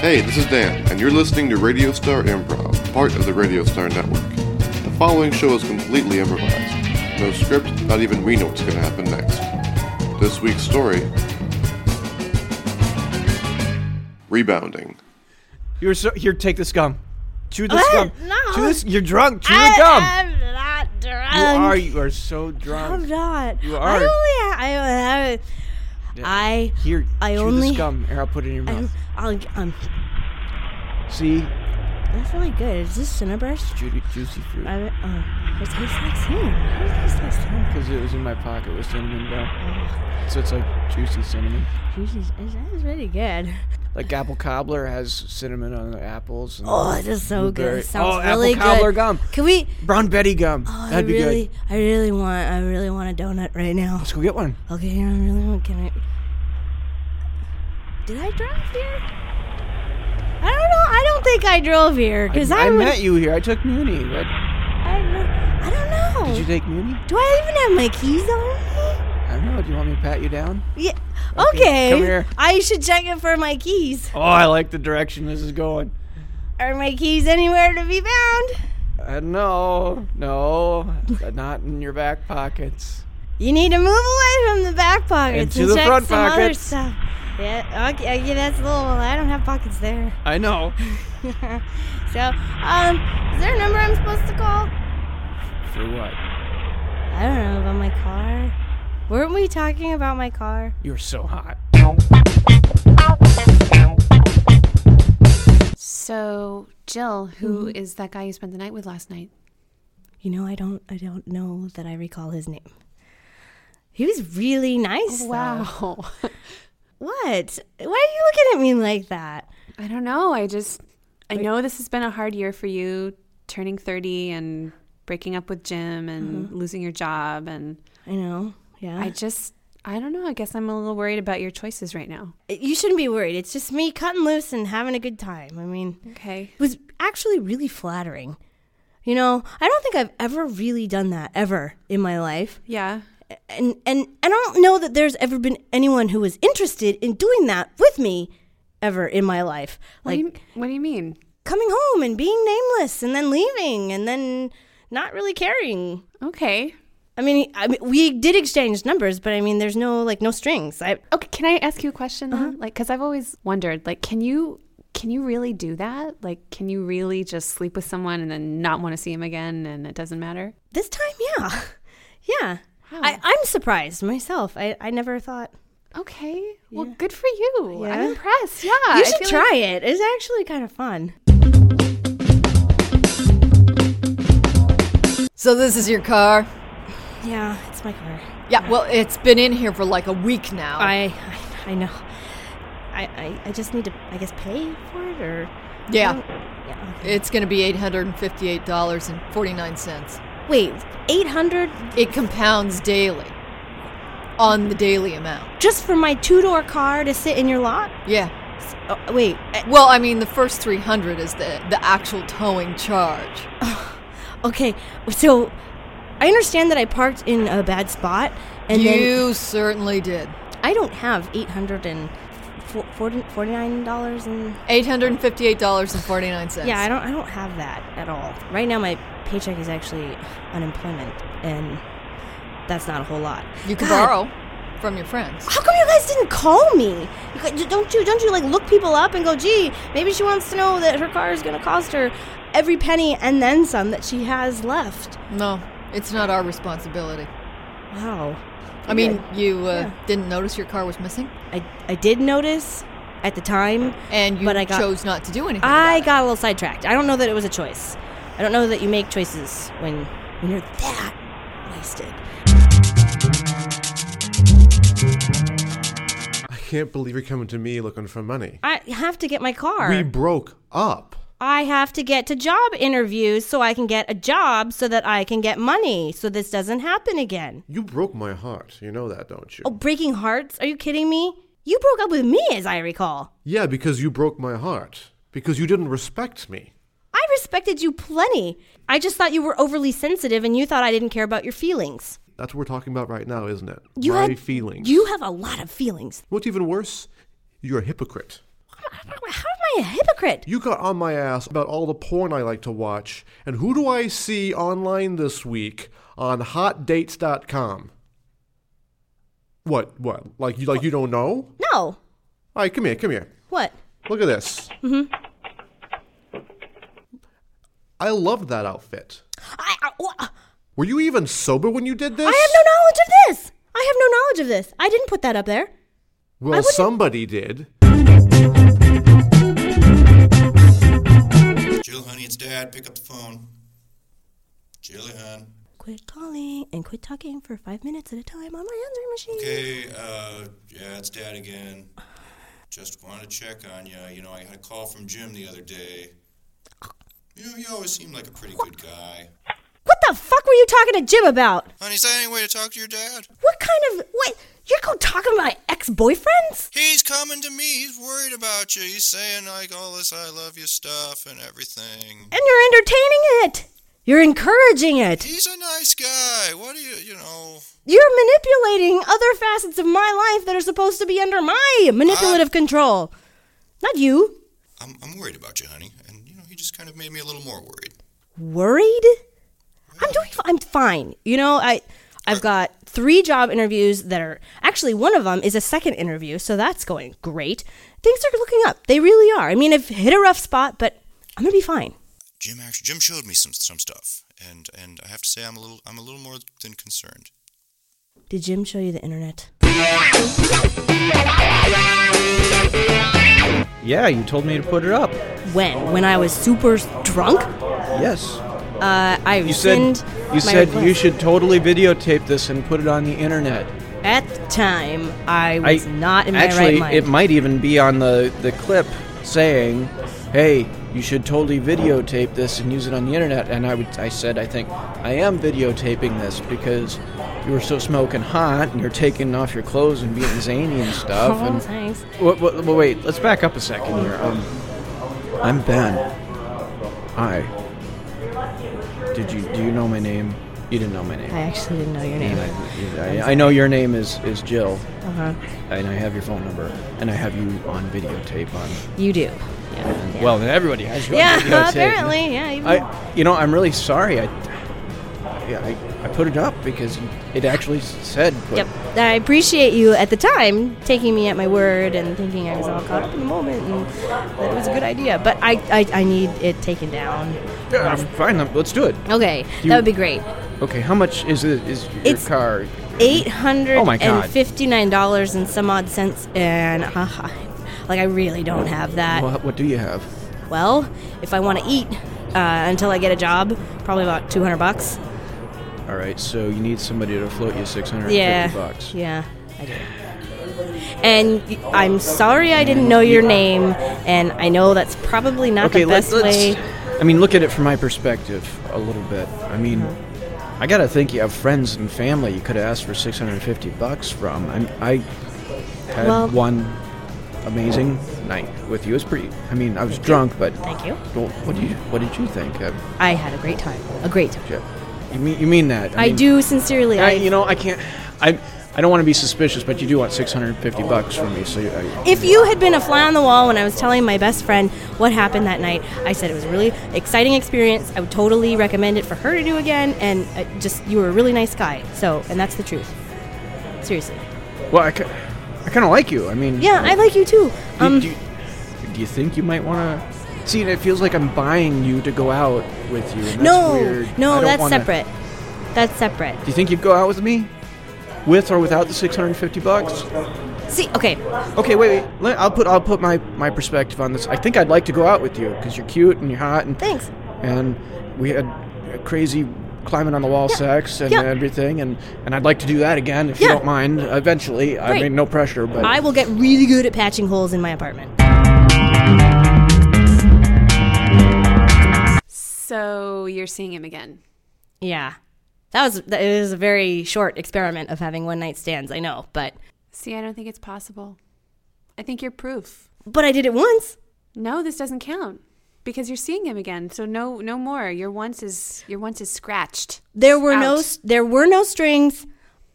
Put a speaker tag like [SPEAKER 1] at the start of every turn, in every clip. [SPEAKER 1] Hey, this is Dan, and you're listening to Radio Star Improv, part of the Radio Star Network. The following show is completely improvised. No script, not even we know what's going to happen next. This week's story Rebounding.
[SPEAKER 2] You're so here. Take the scum. Chew the
[SPEAKER 3] Uh,
[SPEAKER 2] scum.
[SPEAKER 3] no.
[SPEAKER 2] Chew this. You're drunk. Chew the gum.
[SPEAKER 3] I, am not drunk.
[SPEAKER 2] you are. You are so
[SPEAKER 3] I'm
[SPEAKER 2] drunk.
[SPEAKER 3] not.
[SPEAKER 2] You
[SPEAKER 3] I
[SPEAKER 2] are.
[SPEAKER 3] only. I.
[SPEAKER 2] Yeah.
[SPEAKER 3] I.
[SPEAKER 2] here.
[SPEAKER 3] I
[SPEAKER 2] chew the
[SPEAKER 3] only-
[SPEAKER 2] scum, or I'll put it in your
[SPEAKER 3] I.
[SPEAKER 2] mouth.
[SPEAKER 3] I um,
[SPEAKER 2] See,
[SPEAKER 3] that's really good. Is this Cinnabrush?
[SPEAKER 2] Judy, juicy fruit.
[SPEAKER 3] I, uh, it tastes like cinnamon. How does it taste like cinnamon?
[SPEAKER 2] Because it was in my pocket with cinnamon dough, so it's like juicy cinnamon.
[SPEAKER 3] Jesus, that is really good.
[SPEAKER 2] Like apple cobbler has cinnamon on the apples. And
[SPEAKER 3] Oh, this is so good.
[SPEAKER 2] Blueberry.
[SPEAKER 3] It sounds
[SPEAKER 2] Oh, apple
[SPEAKER 3] really
[SPEAKER 2] cobbler
[SPEAKER 3] good.
[SPEAKER 2] gum.
[SPEAKER 3] Can we?
[SPEAKER 2] Brown Betty gum.
[SPEAKER 3] Oh,
[SPEAKER 2] That'd
[SPEAKER 3] I
[SPEAKER 2] be
[SPEAKER 3] really,
[SPEAKER 2] good.
[SPEAKER 3] I really want, I really want a donut right now.
[SPEAKER 2] Let's go get one.
[SPEAKER 3] Okay, I really want. Can I? Did I drive here? I don't know. I don't think I drove here
[SPEAKER 2] I,
[SPEAKER 3] because
[SPEAKER 2] I
[SPEAKER 3] I, would-
[SPEAKER 2] met you here. I took Muni. What?
[SPEAKER 3] I, don't- I don't know.
[SPEAKER 2] Did you take Muni?
[SPEAKER 3] Do I even have my keys on
[SPEAKER 2] I don't know. Do you want me to pat you down?
[SPEAKER 3] me? Yeah. Okay.
[SPEAKER 2] come here.
[SPEAKER 3] I should check it for my keys.
[SPEAKER 2] Oh, I like the direction this is going.
[SPEAKER 3] Are my keys anywhere to be found?
[SPEAKER 2] Uh, no, no, not in your back pockets.
[SPEAKER 3] You need to move away from the back pockets
[SPEAKER 2] Into
[SPEAKER 3] and
[SPEAKER 2] the
[SPEAKER 3] check
[SPEAKER 2] front
[SPEAKER 3] some other
[SPEAKER 2] pockets.
[SPEAKER 3] stuff. Yeah. Okay. okay, That's a little. I don't have pockets there.
[SPEAKER 2] I know.
[SPEAKER 3] so, um, is there a number I'm supposed to call?
[SPEAKER 2] For what?
[SPEAKER 3] I don't know about my car. Weren't we talking about my car?
[SPEAKER 2] You're so hot.
[SPEAKER 4] So, Jill, who is that guy you spent the night with last night?
[SPEAKER 3] You know, I don't. I don't know that I recall his name. He was really nice. though.
[SPEAKER 4] Wow.
[SPEAKER 3] What? Why are you looking at me like that?
[SPEAKER 4] I don't know. I just, I know this has been a hard year for you, turning 30 and breaking up with Jim and losing your job. And
[SPEAKER 3] I know. Yeah.
[SPEAKER 4] I just, I don't know. I guess I'm a little worried about your choices right now.
[SPEAKER 3] you shouldn't be worried. It's just me cutting loose and having a good time. I mean, it
[SPEAKER 4] Okay.
[SPEAKER 3] was actually really flattering. You know, I don't think I've ever really done that ever in my life.
[SPEAKER 4] Yeah.
[SPEAKER 3] and and I don't know that there's ever been anyone who was interested in doing that with me ever in my life.
[SPEAKER 4] What,
[SPEAKER 3] Like
[SPEAKER 4] do, you, what do you mean?
[SPEAKER 3] coming home and being nameless and then leaving and then not really caring.
[SPEAKER 4] Okay.
[SPEAKER 3] I mean, I mean, we did exchange numbers, but I mean, there's no like no strings. I
[SPEAKER 4] Okay. Can I ask you a question? though? Like, because I've always wondered, like, can you, can you really do that? Like, can you really just sleep with someone and then not want to see him again and it doesn't matter?
[SPEAKER 3] this time, yeah, yeah. I, I'm surprised myself. I, I never thought
[SPEAKER 4] Okay. Well, good for you.
[SPEAKER 3] Yeah.
[SPEAKER 4] I'm impressed. Yeah.
[SPEAKER 3] you
[SPEAKER 4] I
[SPEAKER 3] should
[SPEAKER 4] feel
[SPEAKER 3] try it.
[SPEAKER 4] like-
[SPEAKER 3] It's actually kind of fun.
[SPEAKER 5] So this is your car?
[SPEAKER 3] Yeah, it's my car.
[SPEAKER 5] Yeah, well, it's been in here for like a week now.
[SPEAKER 3] I I, I know. I, I I just need to I guess pay for it or
[SPEAKER 5] yeah,
[SPEAKER 3] yeah. Okay.
[SPEAKER 5] it's going to be $858.49.
[SPEAKER 3] Wait, 800
[SPEAKER 5] It compounds daily on the daily amount.
[SPEAKER 3] just for my two door car to sit in your lot?
[SPEAKER 5] Yeah.
[SPEAKER 3] Oh, wait, I-
[SPEAKER 5] Well, I mean, the first 300 is the the actual towing charge.
[SPEAKER 3] okay, so I understand that I parked in a bad spot and then
[SPEAKER 5] you certainly did.
[SPEAKER 3] I don't have $849 and
[SPEAKER 5] $858.49.
[SPEAKER 3] yeah, I don't I don't have that at all. Right now my paycheck is actually unemployment and that's not a whole lot.
[SPEAKER 5] You can
[SPEAKER 3] God,
[SPEAKER 5] borrow from your friends.
[SPEAKER 3] How come you guys didn't call me? You gu- Don't you don't you like look people up and go, gee, maybe she wants to know that her car is gonna cost her every penny and then some that she has left.
[SPEAKER 5] No, it's not our responsibility.
[SPEAKER 3] Wow.
[SPEAKER 5] I mean, you uh,
[SPEAKER 3] Yeah.
[SPEAKER 5] didn't notice your car was missing,
[SPEAKER 3] I I did notice at the time.
[SPEAKER 5] and you
[SPEAKER 3] But I got-
[SPEAKER 5] chose not to do anything. about
[SPEAKER 3] I
[SPEAKER 5] it.
[SPEAKER 3] got a little sidetracked. I don't know that it was a choice. I don't know that you make choices when when you're that wasted.
[SPEAKER 6] I can't believe you're coming to me looking for money.
[SPEAKER 3] I have to get my car.
[SPEAKER 6] We broke up.
[SPEAKER 3] I have to get to job interviews so I can get a job so that I can get money so this doesn't happen again.
[SPEAKER 6] You broke my heart. You know that, don't you?
[SPEAKER 3] Oh, breaking hearts? Are you kidding me? You broke up with me, as I recall.
[SPEAKER 6] Yeah, because you broke my heart. Because you didn't respect me.
[SPEAKER 3] I respected you plenty. I just thought you were overly sensitive and you thought I didn't care about your feelings.
[SPEAKER 6] That's what we're talking about right now, isn't it?
[SPEAKER 3] You
[SPEAKER 6] my
[SPEAKER 3] had-
[SPEAKER 6] feelings.
[SPEAKER 3] You have a lot of feelings.
[SPEAKER 6] What's even worse? You're a hypocrite.
[SPEAKER 3] How am I I a hypocrite?
[SPEAKER 6] You got on my ass about all the porn I like to watch, and who do I see online this week on hotdates.com? What? What? Like you? Like you don't know?
[SPEAKER 3] No.
[SPEAKER 6] All right, come here, come here.
[SPEAKER 3] What?
[SPEAKER 6] Look at this. Mm-hmm. I loved that outfit.
[SPEAKER 3] I, I, wha- I have
[SPEAKER 6] Were you even sober when you did this?
[SPEAKER 3] no knowledge of this. I have no knowledge of this. I didn't put that up there.
[SPEAKER 6] Well, somebody did.
[SPEAKER 7] Jill, honey, it's Dad. Pick up the phone. Jilly, hon.
[SPEAKER 3] Quit calling and quit talking for five minutes at a time on my answering machine.
[SPEAKER 7] Hey, uh, yeah, it's Dad again. Just want to check on you. You know, I had a call from Jim the other day. You know, you always seem like a pretty good guy.
[SPEAKER 3] What the fuck were you talking to Jim about?
[SPEAKER 7] Honey, is that any way to talk to your dad?
[SPEAKER 3] What kind of what? You're going to talk about ex-boyfriends?
[SPEAKER 7] He's coming to me. He's worried about you. He's saying, like, all this I love you stuff and everything.
[SPEAKER 3] And you're entertaining it. You're encouraging it.
[SPEAKER 7] He's a nice guy. What do you, you know?
[SPEAKER 3] You're manipulating other facets of my life that are supposed to be under my manipulative control. Not you.
[SPEAKER 7] I'm, I'm worried about you, honey. And, you know, he just kind of made me a little more worried.
[SPEAKER 3] worried. I'm doing. f- I'm fine. You know, I I've got three job interviews that are actually one of them is a second interview, so that's going great. Things are looking up. They really are. I mean, I've hit a rough spot, but I'm gonna be fine.
[SPEAKER 7] Jim actually Jim showed me some some stuff, and and I have to say I'm a little I'm a little more than concerned.
[SPEAKER 3] Did Jim show you the internet?
[SPEAKER 8] Yeah, you told me to put it up.
[SPEAKER 3] When? When I was super drunk?
[SPEAKER 8] Yes.
[SPEAKER 3] Uh, I
[SPEAKER 8] You said
[SPEAKER 3] rescind my
[SPEAKER 8] you said you
[SPEAKER 3] request.
[SPEAKER 8] should totally videotape this and put it on the internet.
[SPEAKER 3] At the time, I was not in my
[SPEAKER 8] actually,
[SPEAKER 3] right mind.
[SPEAKER 8] it might even be on the the clip saying, "Hey, you should totally videotape this and use it on the internet." And I would I said, "I think I am videotaping this because you were so smoking hot and you're taking off your clothes and being zany and stuff."
[SPEAKER 3] Oh,
[SPEAKER 8] and
[SPEAKER 3] thanks.
[SPEAKER 8] Wait, wait, wait, let's back up a second here. Um, I'm Ben. Hi. Did you do you know my name? You didn't know my name.
[SPEAKER 3] I actually didn't know your
[SPEAKER 8] And
[SPEAKER 3] name.
[SPEAKER 8] I, I, I know your name is is Jill,
[SPEAKER 3] Uh huh.
[SPEAKER 8] and I have your phone number, and I have you on videotape on.
[SPEAKER 3] You do.
[SPEAKER 8] And, Well, then everybody has you
[SPEAKER 3] Yeah,
[SPEAKER 8] on videotape.
[SPEAKER 3] apparently, yeah, even-
[SPEAKER 8] I, you know, I'm really sorry. I, I, I put it up because it actually said. Put,
[SPEAKER 3] Yep. I appreciate you at the time taking me at my word and thinking I was all caught up in the moment and that it was a good idea. But I, I, I need it taken down.
[SPEAKER 8] Yeah, fine. Let's do it.
[SPEAKER 3] Okay,
[SPEAKER 8] You-
[SPEAKER 3] that would be great.
[SPEAKER 8] Okay. How much is it? Is your
[SPEAKER 3] It's-
[SPEAKER 8] car?
[SPEAKER 3] Eight hundred
[SPEAKER 8] Oh my God.
[SPEAKER 3] and fifty-nine dollars and some odd cents, and uh, like I really don't have that.
[SPEAKER 8] What, what do you have?
[SPEAKER 3] Well, if I want to eat uh, until I get a job, probably about two hundred bucks.
[SPEAKER 8] All right, so you need somebody to float you 650
[SPEAKER 3] Yeah,
[SPEAKER 8] bucks.
[SPEAKER 3] yeah, I do. And y- I'm sorry I didn't know your name, and I know that's probably not
[SPEAKER 8] Okay,
[SPEAKER 3] the
[SPEAKER 8] let's,
[SPEAKER 3] best way.
[SPEAKER 8] let's. I mean, look at it from my perspective a little bit. I mean,
[SPEAKER 3] Uh-huh.
[SPEAKER 8] I gotta think you have friends and family you could have asked for 650 bucks from. I'm, I had
[SPEAKER 3] Well-
[SPEAKER 8] one amazing night with you. It was pretty. I mean, I was drunk, but.
[SPEAKER 3] Thank you.
[SPEAKER 8] Well, what do you? What did you think? Uh,
[SPEAKER 3] I had a great time. A great time.
[SPEAKER 8] Jeff? you mean you mean that?
[SPEAKER 3] I
[SPEAKER 8] mean,
[SPEAKER 3] do sincerely. I,
[SPEAKER 8] I, you know, I can't. I. I don't want to be suspicious, but you do want 650 bucks from me, so you, I,
[SPEAKER 3] if you had been a fly on the wall when I was telling my best friend what happened that night, I said it was a really exciting experience. I would totally recommend it for her to do again, and uh, just you were a really nice guy. So, and that's the truth. Seriously.
[SPEAKER 8] well, I, ki- I kind of like you. I mean,
[SPEAKER 3] Yeah, I like you too.
[SPEAKER 8] Do,
[SPEAKER 3] Um,
[SPEAKER 8] do, you, do you think you might want to? See, and it feels like I'm buying you to go out with you. And that's
[SPEAKER 3] no,
[SPEAKER 8] weird. I
[SPEAKER 3] no,
[SPEAKER 8] don't
[SPEAKER 3] that's
[SPEAKER 8] wanna-
[SPEAKER 3] separate. That's separate.
[SPEAKER 8] Do you think you'd go out with me, with or without the 650 bucks?
[SPEAKER 3] See, okay,
[SPEAKER 8] Okay, wait, wait. Let, I'll put I'll put my my perspective on this. I think I'd like to go out with you because you're cute and you're hot and
[SPEAKER 3] thanks.
[SPEAKER 8] and we had a crazy climbing on the wall sex and
[SPEAKER 3] yeah.
[SPEAKER 8] everything and and I'd like to do that again if
[SPEAKER 3] Yeah.
[SPEAKER 8] you don't mind eventually. I
[SPEAKER 3] Great.
[SPEAKER 8] mean, no pressure, but
[SPEAKER 3] I will get really good at patching holes in my apartment.
[SPEAKER 4] So you're seeing him again.
[SPEAKER 3] Yeah. That was that it was a very short experiment of having one night stands, I know, but
[SPEAKER 4] See, I don't think it's possible. I think you're proof.
[SPEAKER 3] but I did it once.
[SPEAKER 4] No, this doesn't count because you're seeing him again. So no, no more. Your once is your once is scratched.
[SPEAKER 3] There were no
[SPEAKER 4] Out.
[SPEAKER 3] s- there were no strings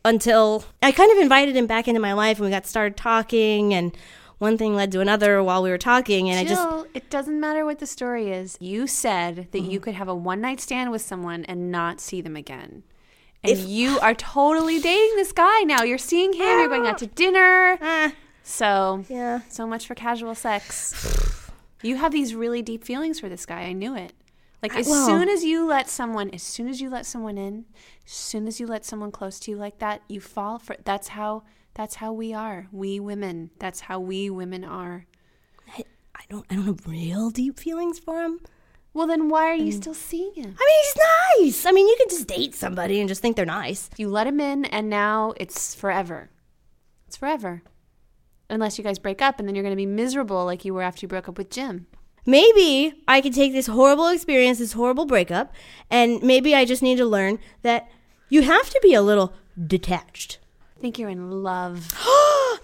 [SPEAKER 3] until I kind of invited him back into my life and we got started talking and one thing led to another while we were talking, and I just
[SPEAKER 4] Jill, it doesn't matter what the story is. You said that
[SPEAKER 3] Mm-hmm.
[SPEAKER 4] you could have a one night stand with someone and not see them again. And you are totally dating this guy now. You're seeing him, you're going out to dinner.
[SPEAKER 3] ah,
[SPEAKER 4] So,
[SPEAKER 3] yeah.
[SPEAKER 4] so much for casual sex. you have these really deep feelings for this guy. I knew it. Like as
[SPEAKER 3] well-
[SPEAKER 4] soon as you let someone, as soon as you let someone in, as soon as you let someone close to you like that, you fall for. That's how. That's how we are. We women. That's how we women are.
[SPEAKER 3] I don't I don't have real deep feelings for him.
[SPEAKER 4] Well, then why are you still seeing him?
[SPEAKER 3] I mean, he's nice. I mean, you can just date somebody and just think they're nice.
[SPEAKER 4] You let him in, and now it's forever. It's forever. Unless you guys break up, and then you're going to be miserable like you were after you broke up with Jim.
[SPEAKER 3] Maybe I could take this horrible experience, this horrible breakup, and maybe I just need to learn that you have to be a little detached.
[SPEAKER 4] I think you're in love.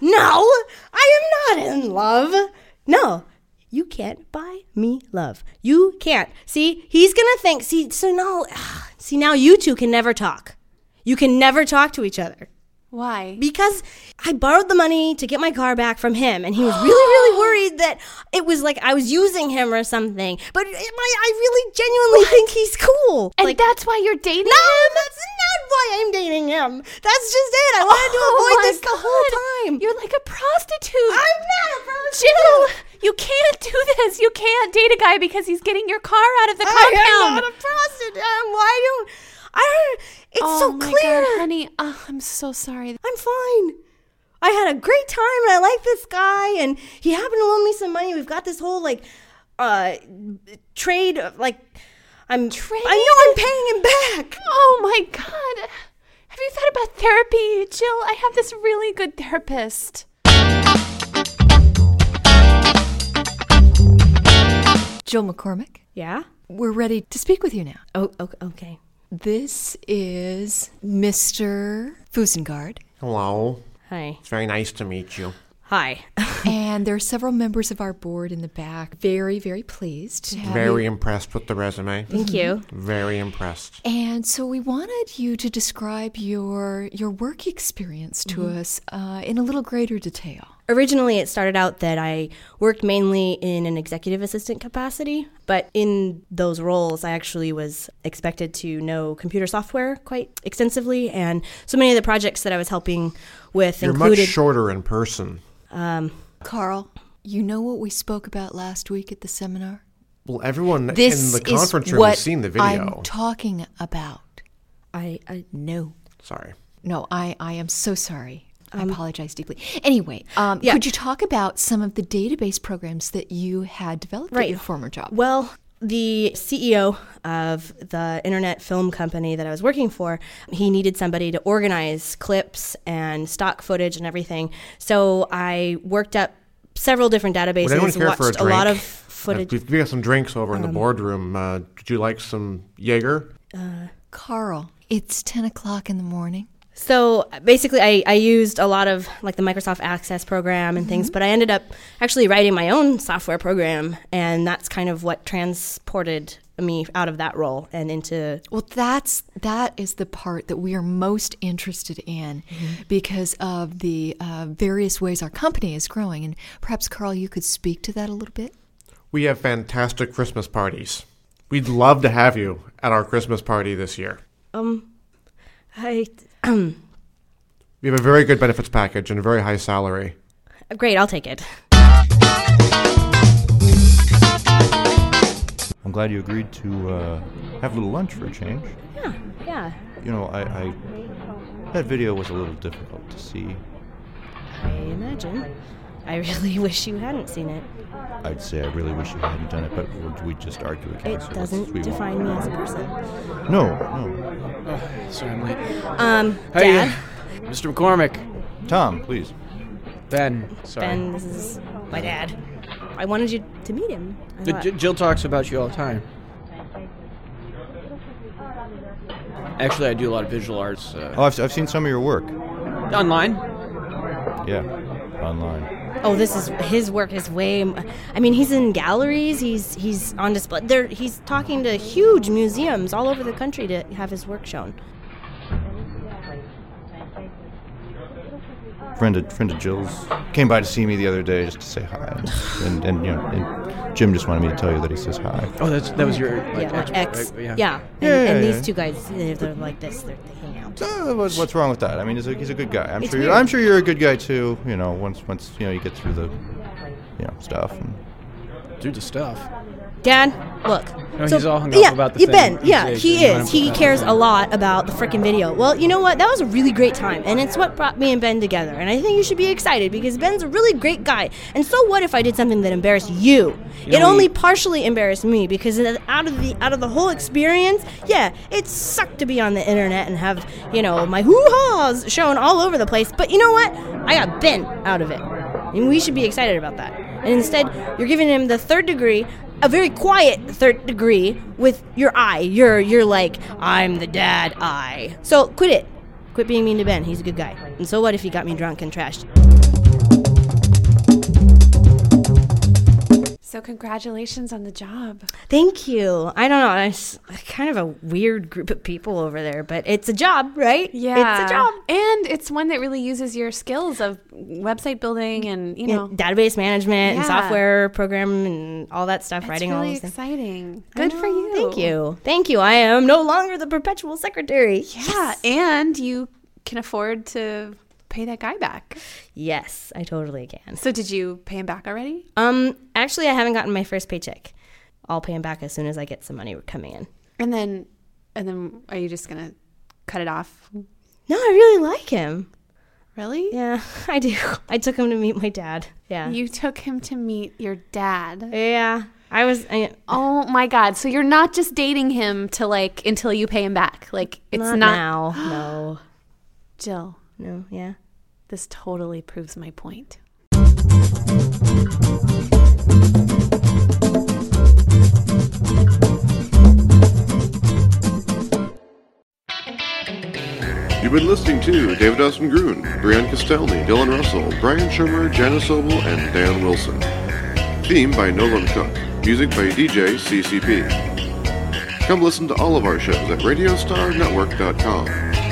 [SPEAKER 3] No, I am not in love. No, you can't buy me love. You can't. See, he's gonna think. See, so now, see now, you two can never talk. You can never talk to each other
[SPEAKER 4] Why?
[SPEAKER 3] because I borrowed the money to get my car back from him, and he was really, really worried that it was like I was using him or something. But it- I, I really genuinely think he's cool.
[SPEAKER 4] And
[SPEAKER 3] like,
[SPEAKER 4] that's why you're dating.
[SPEAKER 3] no, that's not why I'm dating him. That's just it. I wanted
[SPEAKER 4] Oh
[SPEAKER 3] to
[SPEAKER 4] my
[SPEAKER 3] avoid this the whole time.
[SPEAKER 4] You're like a prostitute.
[SPEAKER 3] I'm not a prostitute.
[SPEAKER 4] Jill, you can't do this. You can't date a guy because he's getting your car out of the compound.
[SPEAKER 3] I am not a prostitute. Um, Why don't I? Don't, it's
[SPEAKER 4] oh
[SPEAKER 3] so
[SPEAKER 4] my
[SPEAKER 3] clear.
[SPEAKER 4] God, honey. Oh, I'm so sorry.
[SPEAKER 3] I'm fine. I had a great time and I like this guy and he happened to loan me some money. We've got this whole like uh trade of, like I'm
[SPEAKER 4] Trade?
[SPEAKER 3] I know I'm paying him back.
[SPEAKER 4] Oh my God. Have you thought about therapy? Jill, I have this really good therapist.
[SPEAKER 5] Jill McCormick,
[SPEAKER 3] Yeah?
[SPEAKER 5] we're ready to speak with you now.
[SPEAKER 3] Oh okay. okay.
[SPEAKER 5] This is Mr. Fusengard,
[SPEAKER 6] Hello.
[SPEAKER 3] Hi.
[SPEAKER 6] It's very nice to meet you.
[SPEAKER 3] Hi.
[SPEAKER 5] and there are several members of our board in the back. Very, very pleased to have
[SPEAKER 6] Very
[SPEAKER 5] you.
[SPEAKER 6] impressed with the resume.
[SPEAKER 3] Thank you.
[SPEAKER 6] Very impressed.
[SPEAKER 5] And so we wanted you to describe your your work experience to
[SPEAKER 6] Mm-hmm.
[SPEAKER 5] us uh, in a little greater detail.
[SPEAKER 3] Originally it started out that I worked mainly in an executive assistant capacity, but in those roles I actually was expected to know computer software quite extensively and so many of the projects that I was helping with
[SPEAKER 6] You're much
[SPEAKER 3] included
[SPEAKER 6] shorter in person.
[SPEAKER 5] Carl, you know what we spoke about last week at the seminar?
[SPEAKER 6] Well, everyone
[SPEAKER 5] This
[SPEAKER 6] in the
[SPEAKER 5] is
[SPEAKER 6] conference room
[SPEAKER 5] what
[SPEAKER 6] has seen the video.
[SPEAKER 5] I'm talking about.
[SPEAKER 3] I, I
[SPEAKER 5] No.
[SPEAKER 6] Sorry.
[SPEAKER 5] No, I, I am so sorry. I apologize deeply. Anyway, um,
[SPEAKER 3] Um, yeah.
[SPEAKER 5] could you talk about some of the database programs that you had developed at your former job?
[SPEAKER 3] Well, the CEO of the internet film company that I was working for, he needed somebody to organize clips and stock footage and everything. So I worked up several different databases,
[SPEAKER 6] Would anyone care
[SPEAKER 3] watched
[SPEAKER 6] for a drink?
[SPEAKER 3] lot of
[SPEAKER 6] Uh,
[SPEAKER 3] footage.
[SPEAKER 6] We've we got some drinks over in the boardroom. Uh, did you like some Jaeger?
[SPEAKER 5] Carl, it's 10 o'clock in the morning.
[SPEAKER 3] So basically, I, I used a lot of like the Microsoft Access program and things, but I ended up actually writing my own software program, and that's kind of what transported me out of that role and into
[SPEAKER 5] Well, that's that is the part that we are most interested in,
[SPEAKER 3] Mm-hmm.
[SPEAKER 5] because of the uh, various ways our company is growing. And perhaps Carl, you could speak to that a little bit.
[SPEAKER 6] We have fantastic Christmas parties. We'd love to have you at our Christmas party this year.
[SPEAKER 3] I
[SPEAKER 6] We have a very good benefits package and a very high salary.
[SPEAKER 3] great, I'll take it.
[SPEAKER 9] I'm glad you agreed to uh, have a little lunch for a change.
[SPEAKER 3] Yeah, yeah.
[SPEAKER 9] You know, I, I that video was a little difficult to see.
[SPEAKER 3] I imagine. I really wish you hadn't seen it.
[SPEAKER 9] I'd say I really wish you hadn't done it, but we- we'd just argue again.
[SPEAKER 3] It
[SPEAKER 9] so let's-
[SPEAKER 3] doesn't
[SPEAKER 9] we won't.
[SPEAKER 3] define me as a person.
[SPEAKER 9] No, no.
[SPEAKER 8] Sorry, I'm late.
[SPEAKER 3] Um,
[SPEAKER 8] Hey,
[SPEAKER 3] Dad,
[SPEAKER 8] Mr. McCormick.
[SPEAKER 9] Tom, please.
[SPEAKER 8] Ben. Sorry.
[SPEAKER 3] Ben, this is my dad. I wanted you to meet him. I
[SPEAKER 8] J-
[SPEAKER 3] thought-
[SPEAKER 8] Uh, J- Jill talks about you all the time. Actually, I do a lot of visual arts uh,
[SPEAKER 9] Oh, I've, I've seen some of your work.
[SPEAKER 8] Oh. online.
[SPEAKER 9] Yeah, online.
[SPEAKER 3] oh, this is his work is way. m- I mean, he's in galleries. He's he's on display. There, he's talking to huge museums all over the country to have his work shown.
[SPEAKER 9] friend of friend of Jill's came by to see me the other day just to say hi, and and you know, and Jim just wanted me to tell you that he says hi.
[SPEAKER 8] Oh, that's that was your like,
[SPEAKER 3] yeah, my
[SPEAKER 8] ex,
[SPEAKER 3] ex.
[SPEAKER 8] right?
[SPEAKER 3] Yeah. And,
[SPEAKER 9] Yeah, yeah,
[SPEAKER 3] and
[SPEAKER 9] yeah.
[SPEAKER 3] these two guys, they're, they're like this. They're they hang out.
[SPEAKER 9] Uh, what, what's wrong with that? I mean, he's a, he's a good guy. I'm
[SPEAKER 3] It's
[SPEAKER 9] sure. You're,
[SPEAKER 3] weird.
[SPEAKER 9] I'm sure you're a good guy too. You know, once once you know you get through the, you know, stuff. And,
[SPEAKER 8] Do the stuff.
[SPEAKER 3] Dad, look.
[SPEAKER 8] No, he's all hung up
[SPEAKER 3] yeah,
[SPEAKER 8] about the
[SPEAKER 3] you-
[SPEAKER 8] thing.
[SPEAKER 3] Ben, yeah,
[SPEAKER 8] He's-
[SPEAKER 3] he
[SPEAKER 8] he's not
[SPEAKER 3] is. He
[SPEAKER 8] impressed.
[SPEAKER 3] cares a lot about the freaking video. Well, you know what? That was a really great time, and it's what brought me and Ben together. And I think you should be excited because Ben's a really great guy. And so what if I did something that embarrassed you?
[SPEAKER 8] know,
[SPEAKER 3] it only
[SPEAKER 8] we-
[SPEAKER 3] partially embarrassed me because it- out of the out of the whole experience, yeah, it sucked to be on the internet and have you know my hoo haws shown all over the place. But you know what? I got Ben out of it. And we should be excited about that. And instead, you're giving him the third degree, a very quiet third degree with your eye. You're you're like, I'm the dad eye. So quit it. Quit being mean to Ben. He's a good guy. And so what if he got me drunk and trashed?
[SPEAKER 4] So congratulations on the job.
[SPEAKER 3] Thank you. I don't know. It's kind of a weird group of people over there, but it's a job, right? It's a job.
[SPEAKER 4] and it's one that really uses your skills of website building and you
[SPEAKER 3] Yeah,
[SPEAKER 4] know.
[SPEAKER 3] database management and
[SPEAKER 4] Yeah.
[SPEAKER 3] software program and all that stuff,
[SPEAKER 4] It's
[SPEAKER 3] writing all
[SPEAKER 4] really
[SPEAKER 3] those things.
[SPEAKER 4] exciting.
[SPEAKER 3] I
[SPEAKER 4] Good for
[SPEAKER 3] know.
[SPEAKER 4] you.
[SPEAKER 3] Thank you. Thank you. I am no longer the perpetual secretary.
[SPEAKER 4] Yeah, and you can afford to pay that guy back.
[SPEAKER 3] Yes, I totally can.
[SPEAKER 4] So did you pay him back already?
[SPEAKER 3] Um, actually, I haven't gotten my first paycheck. I'll pay him back as soon as I get some money coming in.
[SPEAKER 4] And then, and then, are you just gonna cut it off?
[SPEAKER 3] No, I really like him.
[SPEAKER 4] Really?
[SPEAKER 3] Yeah, I do. I took him to meet my dad. Yeah.
[SPEAKER 4] You took him to meet your dad.
[SPEAKER 3] yeah. I was. I,
[SPEAKER 4] Oh my god! So you're not just dating him to like until you pay him back. Like it's
[SPEAKER 3] not,
[SPEAKER 4] not,
[SPEAKER 3] now. no.
[SPEAKER 4] Jill.
[SPEAKER 3] No, yeah.
[SPEAKER 4] This totally proves my point.
[SPEAKER 1] You've been listening to David Austin Gruen, Brian Castelny, Dylan Russell, Brian Shermer, Janice Sobel, and Dan Wilson. Theme by Nolan Cook. Music by DJ CCP. Come listen to all of our shows at RadiostarNetwork.com.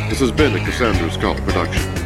[SPEAKER 1] This has been a Cassandra's Call production.